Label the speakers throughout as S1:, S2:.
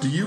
S1: Do you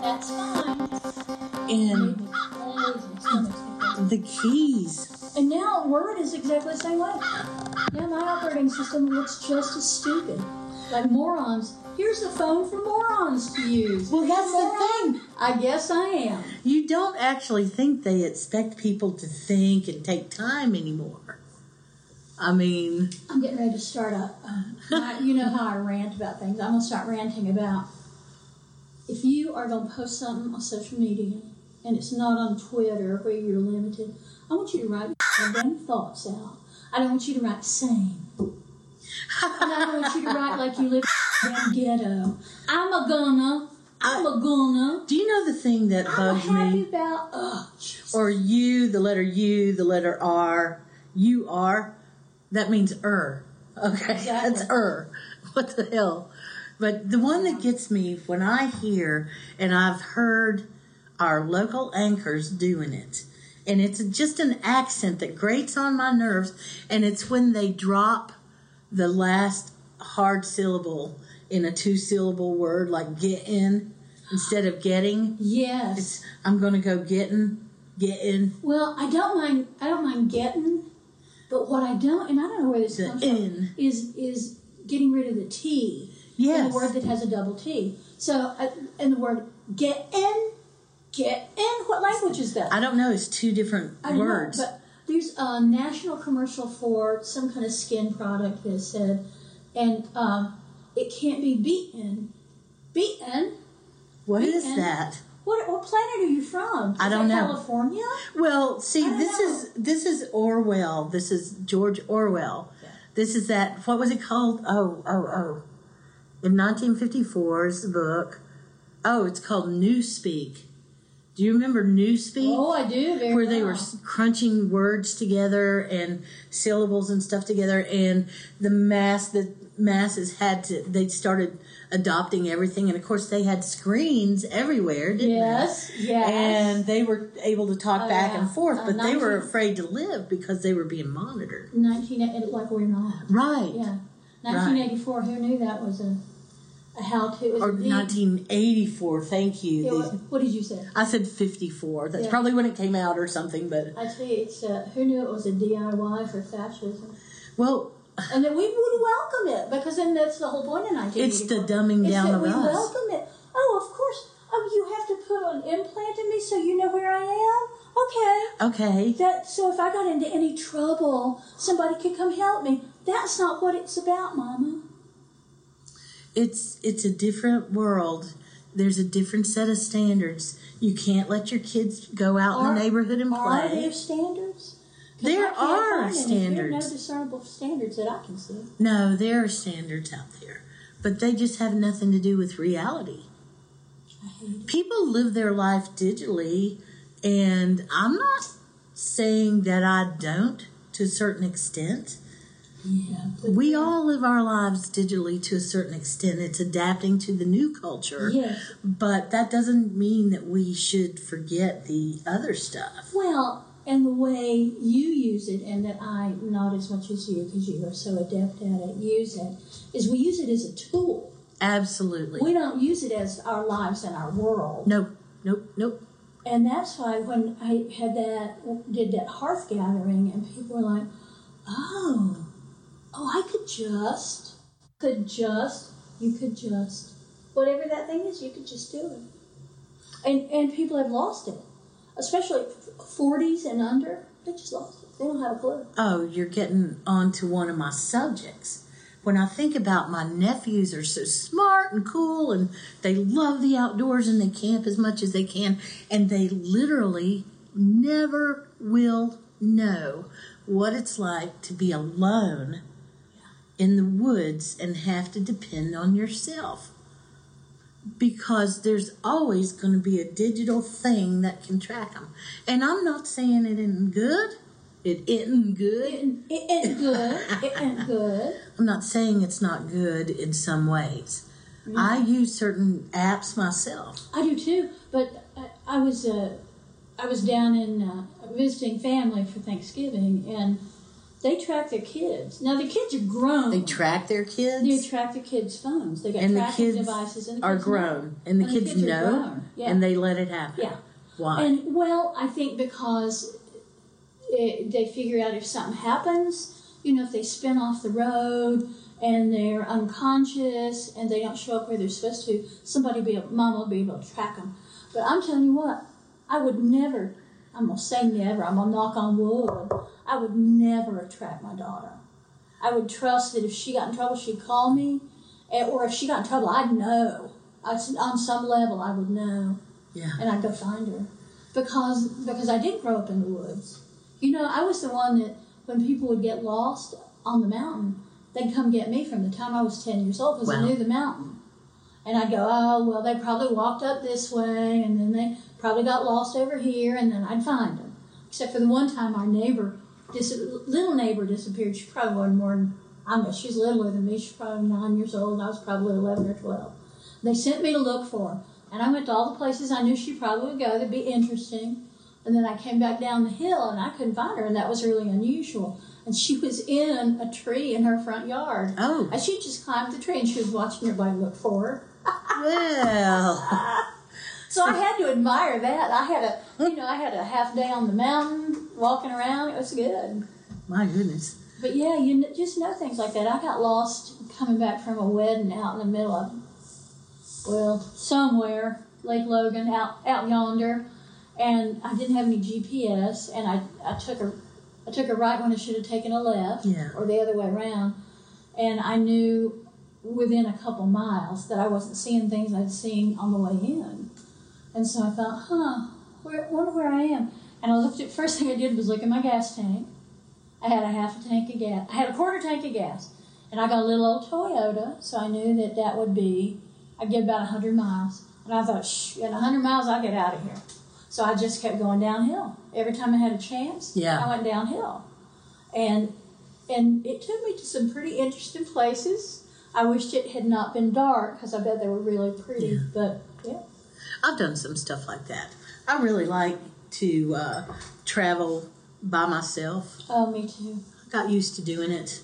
S2: That's fine.
S3: and the keys.
S2: And now Word is exactly the same way. Now my operating system looks just as stupid. Like morons. Here's the phone for morons to use.
S3: Well, that's the thing.
S2: I guess I am.
S3: You don't actually think they expect people to think and take time anymore. I mean,
S2: I'm getting ready to start up. you know how I rant about things. I'm gonna start ranting about if you are gonna post something on social media and it's not on Twitter where you're limited. I want you to write your damn thoughts out. I don't want you to write same. And I don't want you to write like you live in damn ghetto. I'm a gonna. I'm a gonna.
S3: do you know the thing that
S2: I'm
S3: bugs
S2: happy
S3: me?
S2: about. Oh, Jesus.
S3: Or you, the letter U, the letter R, you are. That means er. Okay, that's
S2: Exactly.
S3: er. What the hell? But the one that gets me when I hear, and I've heard our local anchors doing it, and it's just an accent that grates on my nerves, and it's when they drop the last hard syllable in a two syllable word, like get in instead of getting.
S2: yes.
S3: I'm gonna go getting, getting
S2: Well, I don't mind. I don't mind getting, but what I don't, and I don't know where this
S3: the
S2: comes from,
S3: in.
S2: is is getting rid of the T in
S3: Yes.
S2: the word that has a double T. So, uh, and the word get in, get in. What language is that?
S3: I don't know. It's two different
S2: I don't know,
S3: words.
S2: but there's a national commercial for some kind of skin product that said, and um, it can't be beaten. Beaten.
S3: what is
S2: beaten.
S3: that?
S2: What, what planet are you from?
S3: I
S2: Is
S3: don't
S2: that
S3: know.
S2: California.
S3: Well, see,
S2: I don't
S3: this
S2: know.
S3: is this is Orwell. This is George Orwell.
S2: Yeah.
S3: This is that. What was it called? Oh, oh, oh. In 1954's book. Oh, it's called Newspeak. Do you remember Newspeak?
S2: Oh, I do. Very
S3: where they were
S2: well.
S3: s- crunching words together and syllables and stuff together and the mass the masses had to they started adopting everything and of course they had screens everywhere didn't
S2: Yes,
S3: they
S2: yes.
S3: and they were able to talk
S2: Oh,
S3: back
S2: yeah.
S3: and forth
S2: Uh,
S3: but they were
S2: 19
S3: afraid to live because they were being monitored
S2: 19, it- like we're not.
S3: right
S2: Yeah. 1984, who knew that was a, a how to?
S3: or 1984 thank you
S2: It
S3: The-
S2: was, what did you say?
S3: i said 54 that's
S2: Yeah.
S3: probably when it came out or something but
S2: I tell you, it's uh, who knew it was a DIY for fascism,
S3: well
S2: and that we would welcome it because then that's the whole point in 1984.
S3: it's the dumbing
S2: It's
S3: down
S2: that
S3: of
S2: we
S3: us
S2: welcome it. Oh, of course. Oh, you have to put an implant in me so you know where I am. Okay.
S3: okay
S2: That so if I got into any trouble, somebody could come help me. That's not what it's about, Mama.
S3: it's it's a different world. There's a different set of standards. You can't let your kids go out in
S2: Are-
S3: the neighborhood and
S2: Are
S3: play.
S2: there standards? 'Cause
S3: There
S2: I can't
S3: are
S2: find any. There are no
S3: standards.
S2: discernible standards that I can see.
S3: No, there are standards out there, but they just have nothing to do with reality.
S2: I hate it.
S3: People live their life digitally, and I'm not saying that I don't to a certain extent.
S2: Yeah. but-
S3: We all live our lives digitally to a certain extent. It's adapting to the new culture,
S2: Yes.
S3: but that doesn't mean that we should forget the other stuff.
S2: Well, and the way you use it, and that I not as much as you because you are so adept at it, use it, is we use it as a tool.
S3: Absolutely.
S2: We don't use it as our lives and our world.
S3: no, nope, nope.
S2: And that's why when I had that, did that hearth gathering, and people were like, oh, oh, I could just, could just, you could just, whatever that thing is, you could just do it. And, and people have lost it, especially f- 40s and under, they just lost it. They don't have a clue.
S3: Oh, you're getting onto one of my subjects. When I think about my nephews are so smart and cool and they love the outdoors and they camp as much as they can and they literally never will know what it's like to be alone in the woods and have to depend on yourself. Because there's always going to be a digital thing that can track them. And I'm not saying it isn't good. It isn't good.
S2: It, it ain't good. It ain't good.
S3: I'm not saying it's not good in some ways. I use certain apps myself.
S2: I do too. But I, I was uh, I was down in uh, visiting family for Thanksgiving, and they track their kids. Now the kids are grown.
S3: They track their kids.
S2: They track the kids' phones. They got
S3: And the
S2: tracking
S3: kids
S2: devices, and the
S3: are
S2: kids
S3: grown, and the
S2: And the
S3: kids,
S2: kids are
S3: know,
S2: grown, yeah.
S3: and they let it happen.
S2: Yeah.
S3: Why?
S2: And well, I think because it, they figure out if something happens, you know, if they spin off the road and they're unconscious and they don't show up where they're supposed to, somebody be mom will be able to track them. But I'm telling you what, I would never. I'm gonna say never. I'm gonna knock on wood. I would never track my daughter. I would trust that if she got in trouble, she'd call me, and, or if she got in trouble, I'd know. I, on some level, I would know
S3: yeah.
S2: and I'd go find her because because I did grow up in the woods. You know, I was the one that when people would get lost on the mountain, they'd come get me from the time I was ten years old because I
S3: Wow.
S2: knew the mountain. And I'd go, oh well, they probably walked up this way, and then they probably got lost over here, and then I'd find them. Except for the one time our neighbor, dis- little neighbor, disappeared. She probably wasn't more than I don't know. She's littler than me. She's probably nine years old. and I was probably eleven or twelve. They sent me to look for her, and I went to all the places I knew she probably would go that'd be interesting. And then I came back down the hill and I couldn't find her, and that was really unusual. And she was in a tree in her front yard.
S3: Oh.
S2: And she just climbed the tree and she was watching everybody look for her.
S3: Well,
S2: So I had to admire that. I had a, you know, I had a half day on the mountain walking around. It was good.
S3: my goodness.
S2: But yeah, you kn- just know things like that. I got lost coming back from a wedding out in the middle of, well, somewhere Lake Logan out out yonder, and I didn't have any GPS, and I I took a I took a right when I should have taken a left,
S3: Yeah.
S2: or the other way around, and I knew within a couple miles that I wasn't seeing things I'd seen on the way in, and so I thought, huh, where, wonder where I am, and I looked at first thing I did was look at my gas tank. I had a half a tank of gas. I had a quarter tank of gas, and I got a little old Toyota, so I knew that that would be. I'd get about hundred miles, and I thought, shh, in hundred miles I'll get out of here. So I just kept going downhill. Every time I had a chance,
S3: Yeah.
S2: I went downhill, and and it took me to some pretty interesting places. I wished it had not been dark because I bet they were really pretty. But yeah,
S3: I've done some stuff like that. I really like to uh, travel by myself.
S2: oh, me too.
S3: I got used to doing it.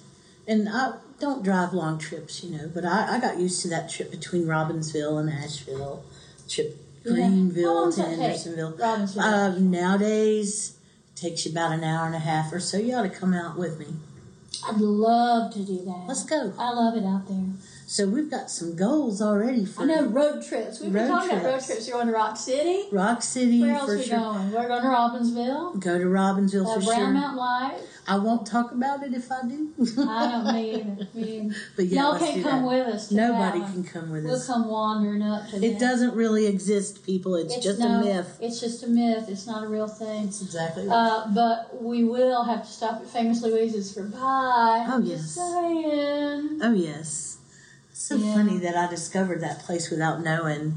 S3: And I don't drive long trips, you know, but I, I got used to that trip between Robbinsville and Asheville, trip
S2: Yeah. How
S3: Greenville
S2: long does
S3: to
S2: that take?
S3: Andersonville.
S2: Robbinsville.
S3: Uh, nowadays, it takes you about an hour and a half or so. You ought to come out with me.
S2: I'd love to do that.
S3: Let's go.
S2: I love it out there.
S3: So we've got some goals already for
S2: I know road trips. We've been
S3: Road
S2: talking about road
S3: trips.
S2: trips. You're going to Rock City.
S3: Rock City
S2: Where else
S3: for
S2: we
S3: sure.
S2: going? We're going to Robbinsville.
S3: Go to Robbinsville
S2: Uh,
S3: for
S2: Brown
S3: sure.
S2: Mountain Light.
S3: I won't talk about it if I do.
S2: I don't mean. mean
S3: But yeah,
S2: Uh, y'all
S3: let's
S2: can't
S3: do
S2: come
S3: that.
S2: with us. To
S3: Nobody
S2: that one.
S3: can come with
S2: We'll
S3: us.
S2: come wandering up to.
S3: It doesn't really exist, people. It's, just a myth.
S2: It's just a myth. It's not a real thing.
S3: That's exactly right.
S2: Uh, but we will have to stop at Famous Louise's for pie.
S3: Oh,
S2: I'm
S3: yes.
S2: Just saying.
S3: oh yes. It's so
S2: Yeah.
S3: funny that I discovered that place without knowing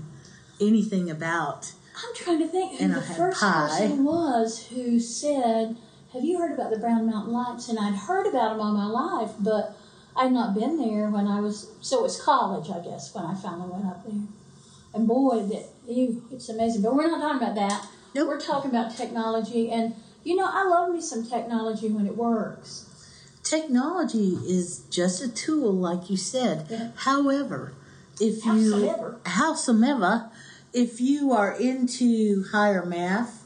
S3: anything about.
S2: I'm trying to think who
S3: And I
S2: the
S3: had
S2: first
S3: pie.
S2: person was who said, "Have you heard about the Brown Mountain Lights?" And I'd heard about them all my life, but I'd not been there when I was. So it was college, I guess, when I finally went up there. And boy, that you, it's amazing. But we're not talking about that.
S3: Nope.
S2: We're talking about technology, and you know, I love me some technology when it works.
S3: Technology is just a tool, like you said.
S2: Yeah.
S3: However, if you
S2: Howsoever.
S3: howsomever, if you are into higher math,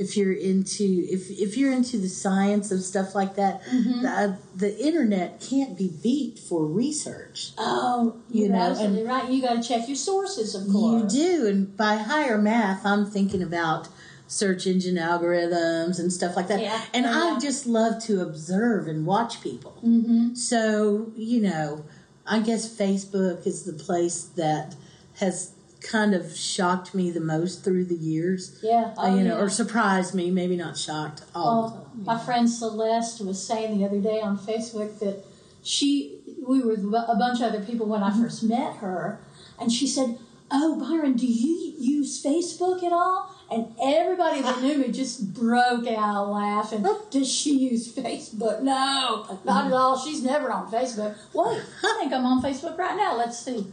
S3: if you're into if if you're into the science of stuff like that,
S2: Mm-hmm.
S3: the, the internet can't be beat for research.
S2: Oh, you're
S3: You know,
S2: absolutely right. You got to check your sources, of
S3: You
S2: course.
S3: do, and by higher math, I'm thinking about search engine algorithms and stuff like that.
S2: Yeah, Oh,
S3: and
S2: yeah.
S3: I just love to observe and watch people.
S2: Mm-hmm.
S3: So, you know, I guess Facebook is the place that has kind of shocked me the most through the years.
S2: Yeah.
S3: uh,
S2: Oh,
S3: you know,
S2: yeah.
S3: or surprised me, maybe not shocked all the
S2: Oh,
S3: time.
S2: my friend Celeste was saying the other day on Facebook that she, we were with a bunch of other people when I
S3: Mm-hmm.
S2: first met her, and she said, "Oh, Byron, do you use Facebook at all?" And everybody that knew me just broke out laughing.
S3: Oh.
S2: Does she use Facebook? No,
S3: Mm-hmm.
S2: not at all. She's never on Facebook. Wait, I think I'm on Facebook right now. Let's see.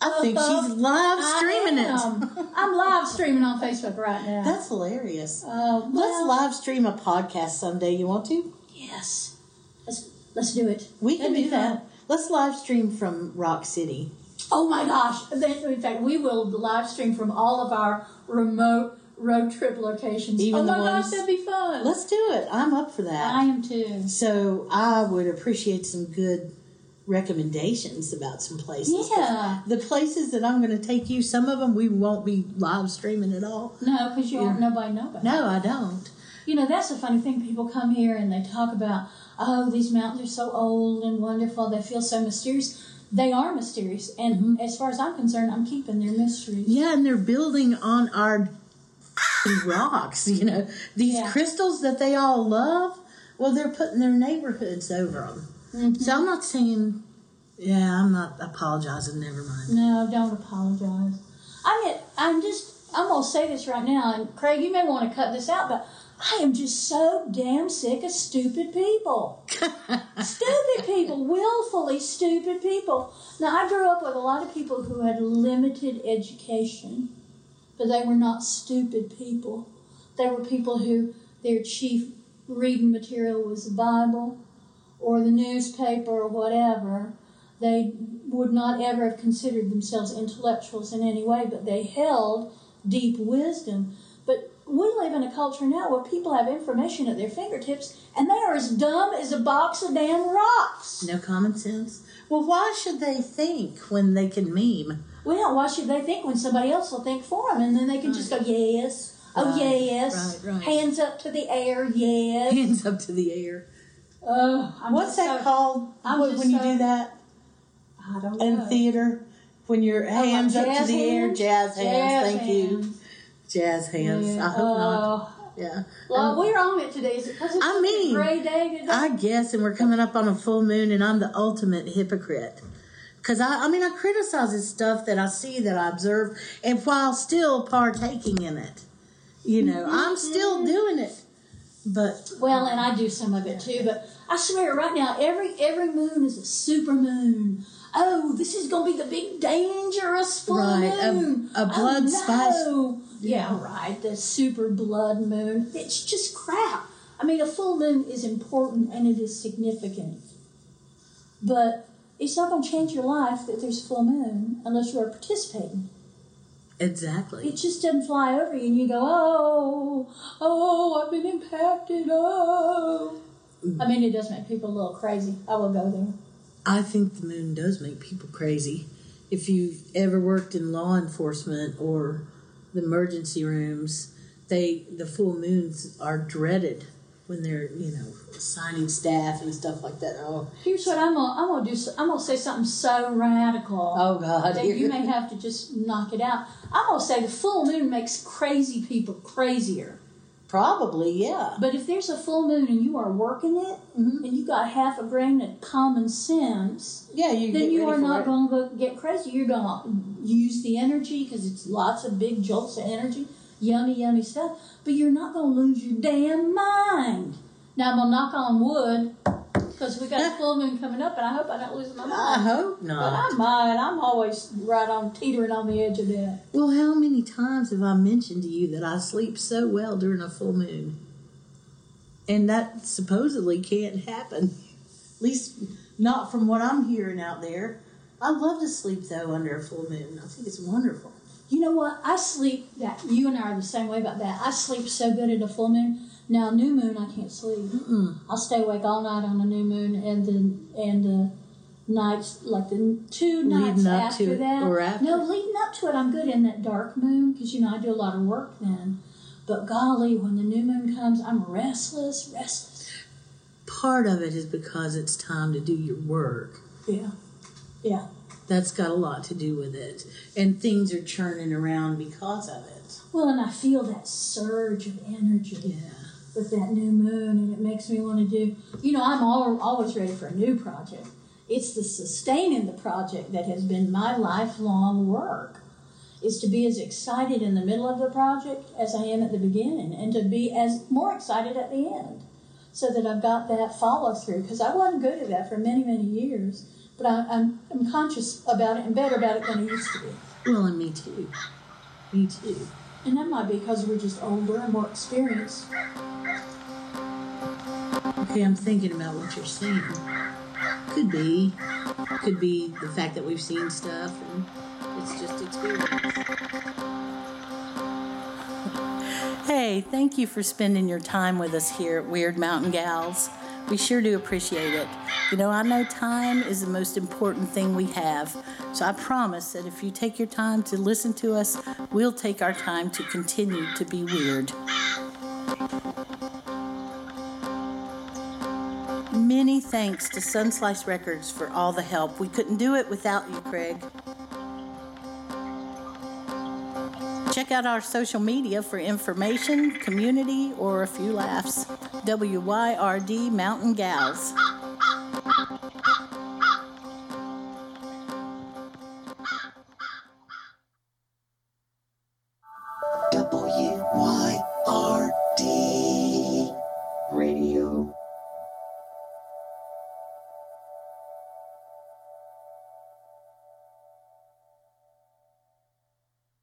S3: I think she's live streaming
S2: Uh-huh. I
S3: it.
S2: am. I'm live streaming on Facebook right now.
S3: That's hilarious.
S2: uh,
S3: Let's
S2: well,
S3: live stream a podcast someday. You want to?
S2: Yes. Let's let's do it.
S3: We can
S2: That'd be
S3: do that. Let's live stream from Rock City.
S2: Oh my gosh. That- In fact, we will live stream from all of our remote road trip locations.
S3: Even
S2: oh
S3: the
S2: my
S3: ones-
S2: gosh, that'd be fun.
S3: Let's do it. I'm up for that.
S2: I am too.
S3: So I would appreciate some good recommendations about some places.
S2: Yeah.
S3: The places that I'm going to take you, some of them we won't be live streaming at all.
S2: No, because you won't nobody know about. it.
S3: No, I don't.
S2: You know, that's the funny thing. People come here and they talk about, oh, these mountains are so old and wonderful. They feel so mysterious. They are mysterious, and
S3: Mm-hmm.
S2: as far as I'm concerned, I'm keeping their mysteries.
S3: Yeah, and they're building on our rocks, you know, these
S2: Yeah.
S3: crystals that they all love. Well, they're putting their neighborhoods over them.
S2: Mm-hmm.
S3: So I'm not saying, yeah, I'm not apologizing, never mind.
S2: No, don't apologize. I mean, I'm just, I'm going to say this right now, and Craig, you may want to cut this out, but I am just so damn sick of stupid people. stupid people, willfully stupid people. Now, I grew up with a lot of people who had limited education, but they were not stupid people. They were people who their chief reading material was the Bible or the newspaper or whatever. They would not ever have considered themselves intellectuals in any way, but they held deep wisdom. But we live in a culture now where people have information at their fingertips and they are as dumb as a box of damn rocks.
S3: No common sense. Well, why should they think when they can meme?
S2: Well, why should they think when somebody else will think for them? And then they can just go, yes, oh,
S3: Right,
S2: yes,
S3: right, right.
S2: hands up to the air, yes.
S3: Hands up to the air.
S2: Oh, I'm
S3: What's
S2: just
S3: that
S2: so-
S3: called
S2: I'm
S3: when
S2: just
S3: when you
S2: so-
S3: do that
S2: I don't
S3: in
S2: know.
S3: theater? When your hands up to
S2: Oh, jazz
S3: the air,
S2: hands?
S3: jazz hands.
S2: Jazz
S3: thank you,
S2: hands.
S3: jazz hands. I hope not.
S2: Oh.
S3: Yeah,
S2: Well, we're on it today. Is it because it's
S3: I
S2: such
S3: mean,
S2: a gray day today?
S3: I guess, and we're coming up on a full moon, and I'm the ultimate hypocrite. Cause I, I mean, I criticize this stuff that I see, that I observe, and while still partaking in it, you know, I'm
S2: Mm-hmm.
S3: still doing it. But
S2: well, and I do some of it too, but I swear right now, every every moon is a super moon. Oh, this is going to be the big dangerous full
S3: Right, a-
S2: moon.
S3: a
S2: Oh,
S3: blood
S2: no.
S3: spice-
S2: Yeah. right. The super blood moon. It's just crap. I mean, a full moon is important and it is significant, but it's not going to change your life that there's a full moon unless you are participating.
S3: exactly,
S2: It just doesn't fly over you, and you go, oh, oh, I've been impacted, oh. I mean, it does make people a little crazy. I will go there.
S3: I think the moon does make people crazy. If you've ever worked in law enforcement or the emergency rooms, they the full moons are dreaded when they're you know assigning staff and stuff like that. Oh,
S2: Here's what I'm gonna, I'm gonna do. so- I'm gonna say something so radical
S3: oh God!
S2: that you may have to just knock it out. I'm gonna say the full moon makes crazy people crazier.
S3: Probably yeah.
S2: But if there's a full moon and you are working it, and you got half a grain of common sense,
S3: Yeah, you.
S2: then
S3: get
S2: you
S3: ready
S2: are
S3: for
S2: not
S3: it.
S2: going to get crazy. You're going to use the energy because it's lots of big jolts of energy, yummy, yummy stuff. But you're not going to lose your damn mind. Now I'm going to knock on wood because we got a full moon coming up, and I hope I don't lose my
S3: I
S2: mind.
S3: hope
S2: But
S3: not.
S2: I might. I'm always right on teetering on the edge of that.
S3: Well, how many times have I mentioned to you that I sleep so well during a full moon? And that supposedly can't happen. At least not from what I'm hearing out there. I love to sleep though under a full moon. I think it's wonderful.
S2: You know what? I sleep that. You and I are the same way about that. I sleep so good at a full moon. Now new moon, I can't sleep.
S3: Mm-mm.
S2: I'll stay awake all night on a new moon and the and the nights like the two nights
S3: Leading up
S2: after
S3: to it
S2: that.
S3: or after.
S2: No, leading up to it, I'm good in that dark moon because you know I do a lot of work then. But golly, when the new moon comes, I'm restless, restless.
S3: Part of it is because it's time to do your work.
S2: Yeah, yeah.
S3: that's got a lot to do with it. And things are churning around because of it.
S2: Well, and I feel that surge of energy
S3: Yeah.
S2: with that new moon, and it makes me want to do. You know, I'm all, always ready for a new project. It's the sustaining the project that has been my lifelong work. Is to be as excited in the middle of the project as I am at the beginning, and to be as more excited at the end, so that I've got that follow through. Because I wasn't good at that for many, many years, but I, I'm, I'm conscious about it and better about it than I used to be.
S3: Well, and me too. Me too.
S2: And that might be because we're just older and more experienced.
S3: Okay, I'm thinking about what you're saying. Could be. Could be the fact that we've seen stuff and it's just experience. Hey, thank you for spending your time with us here at Weird Mountain Gals. We sure do appreciate it. You know, I know time is the most important thing we have, so I promise that if you take your time to listen to us, we'll take our time to continue to be weird. Many thanks to Sunslice Records for all the help. We couldn't do it without you, Craig. Check out our social media for information, community, or a few laughs. WYRD Mountain Gals.
S4: W Y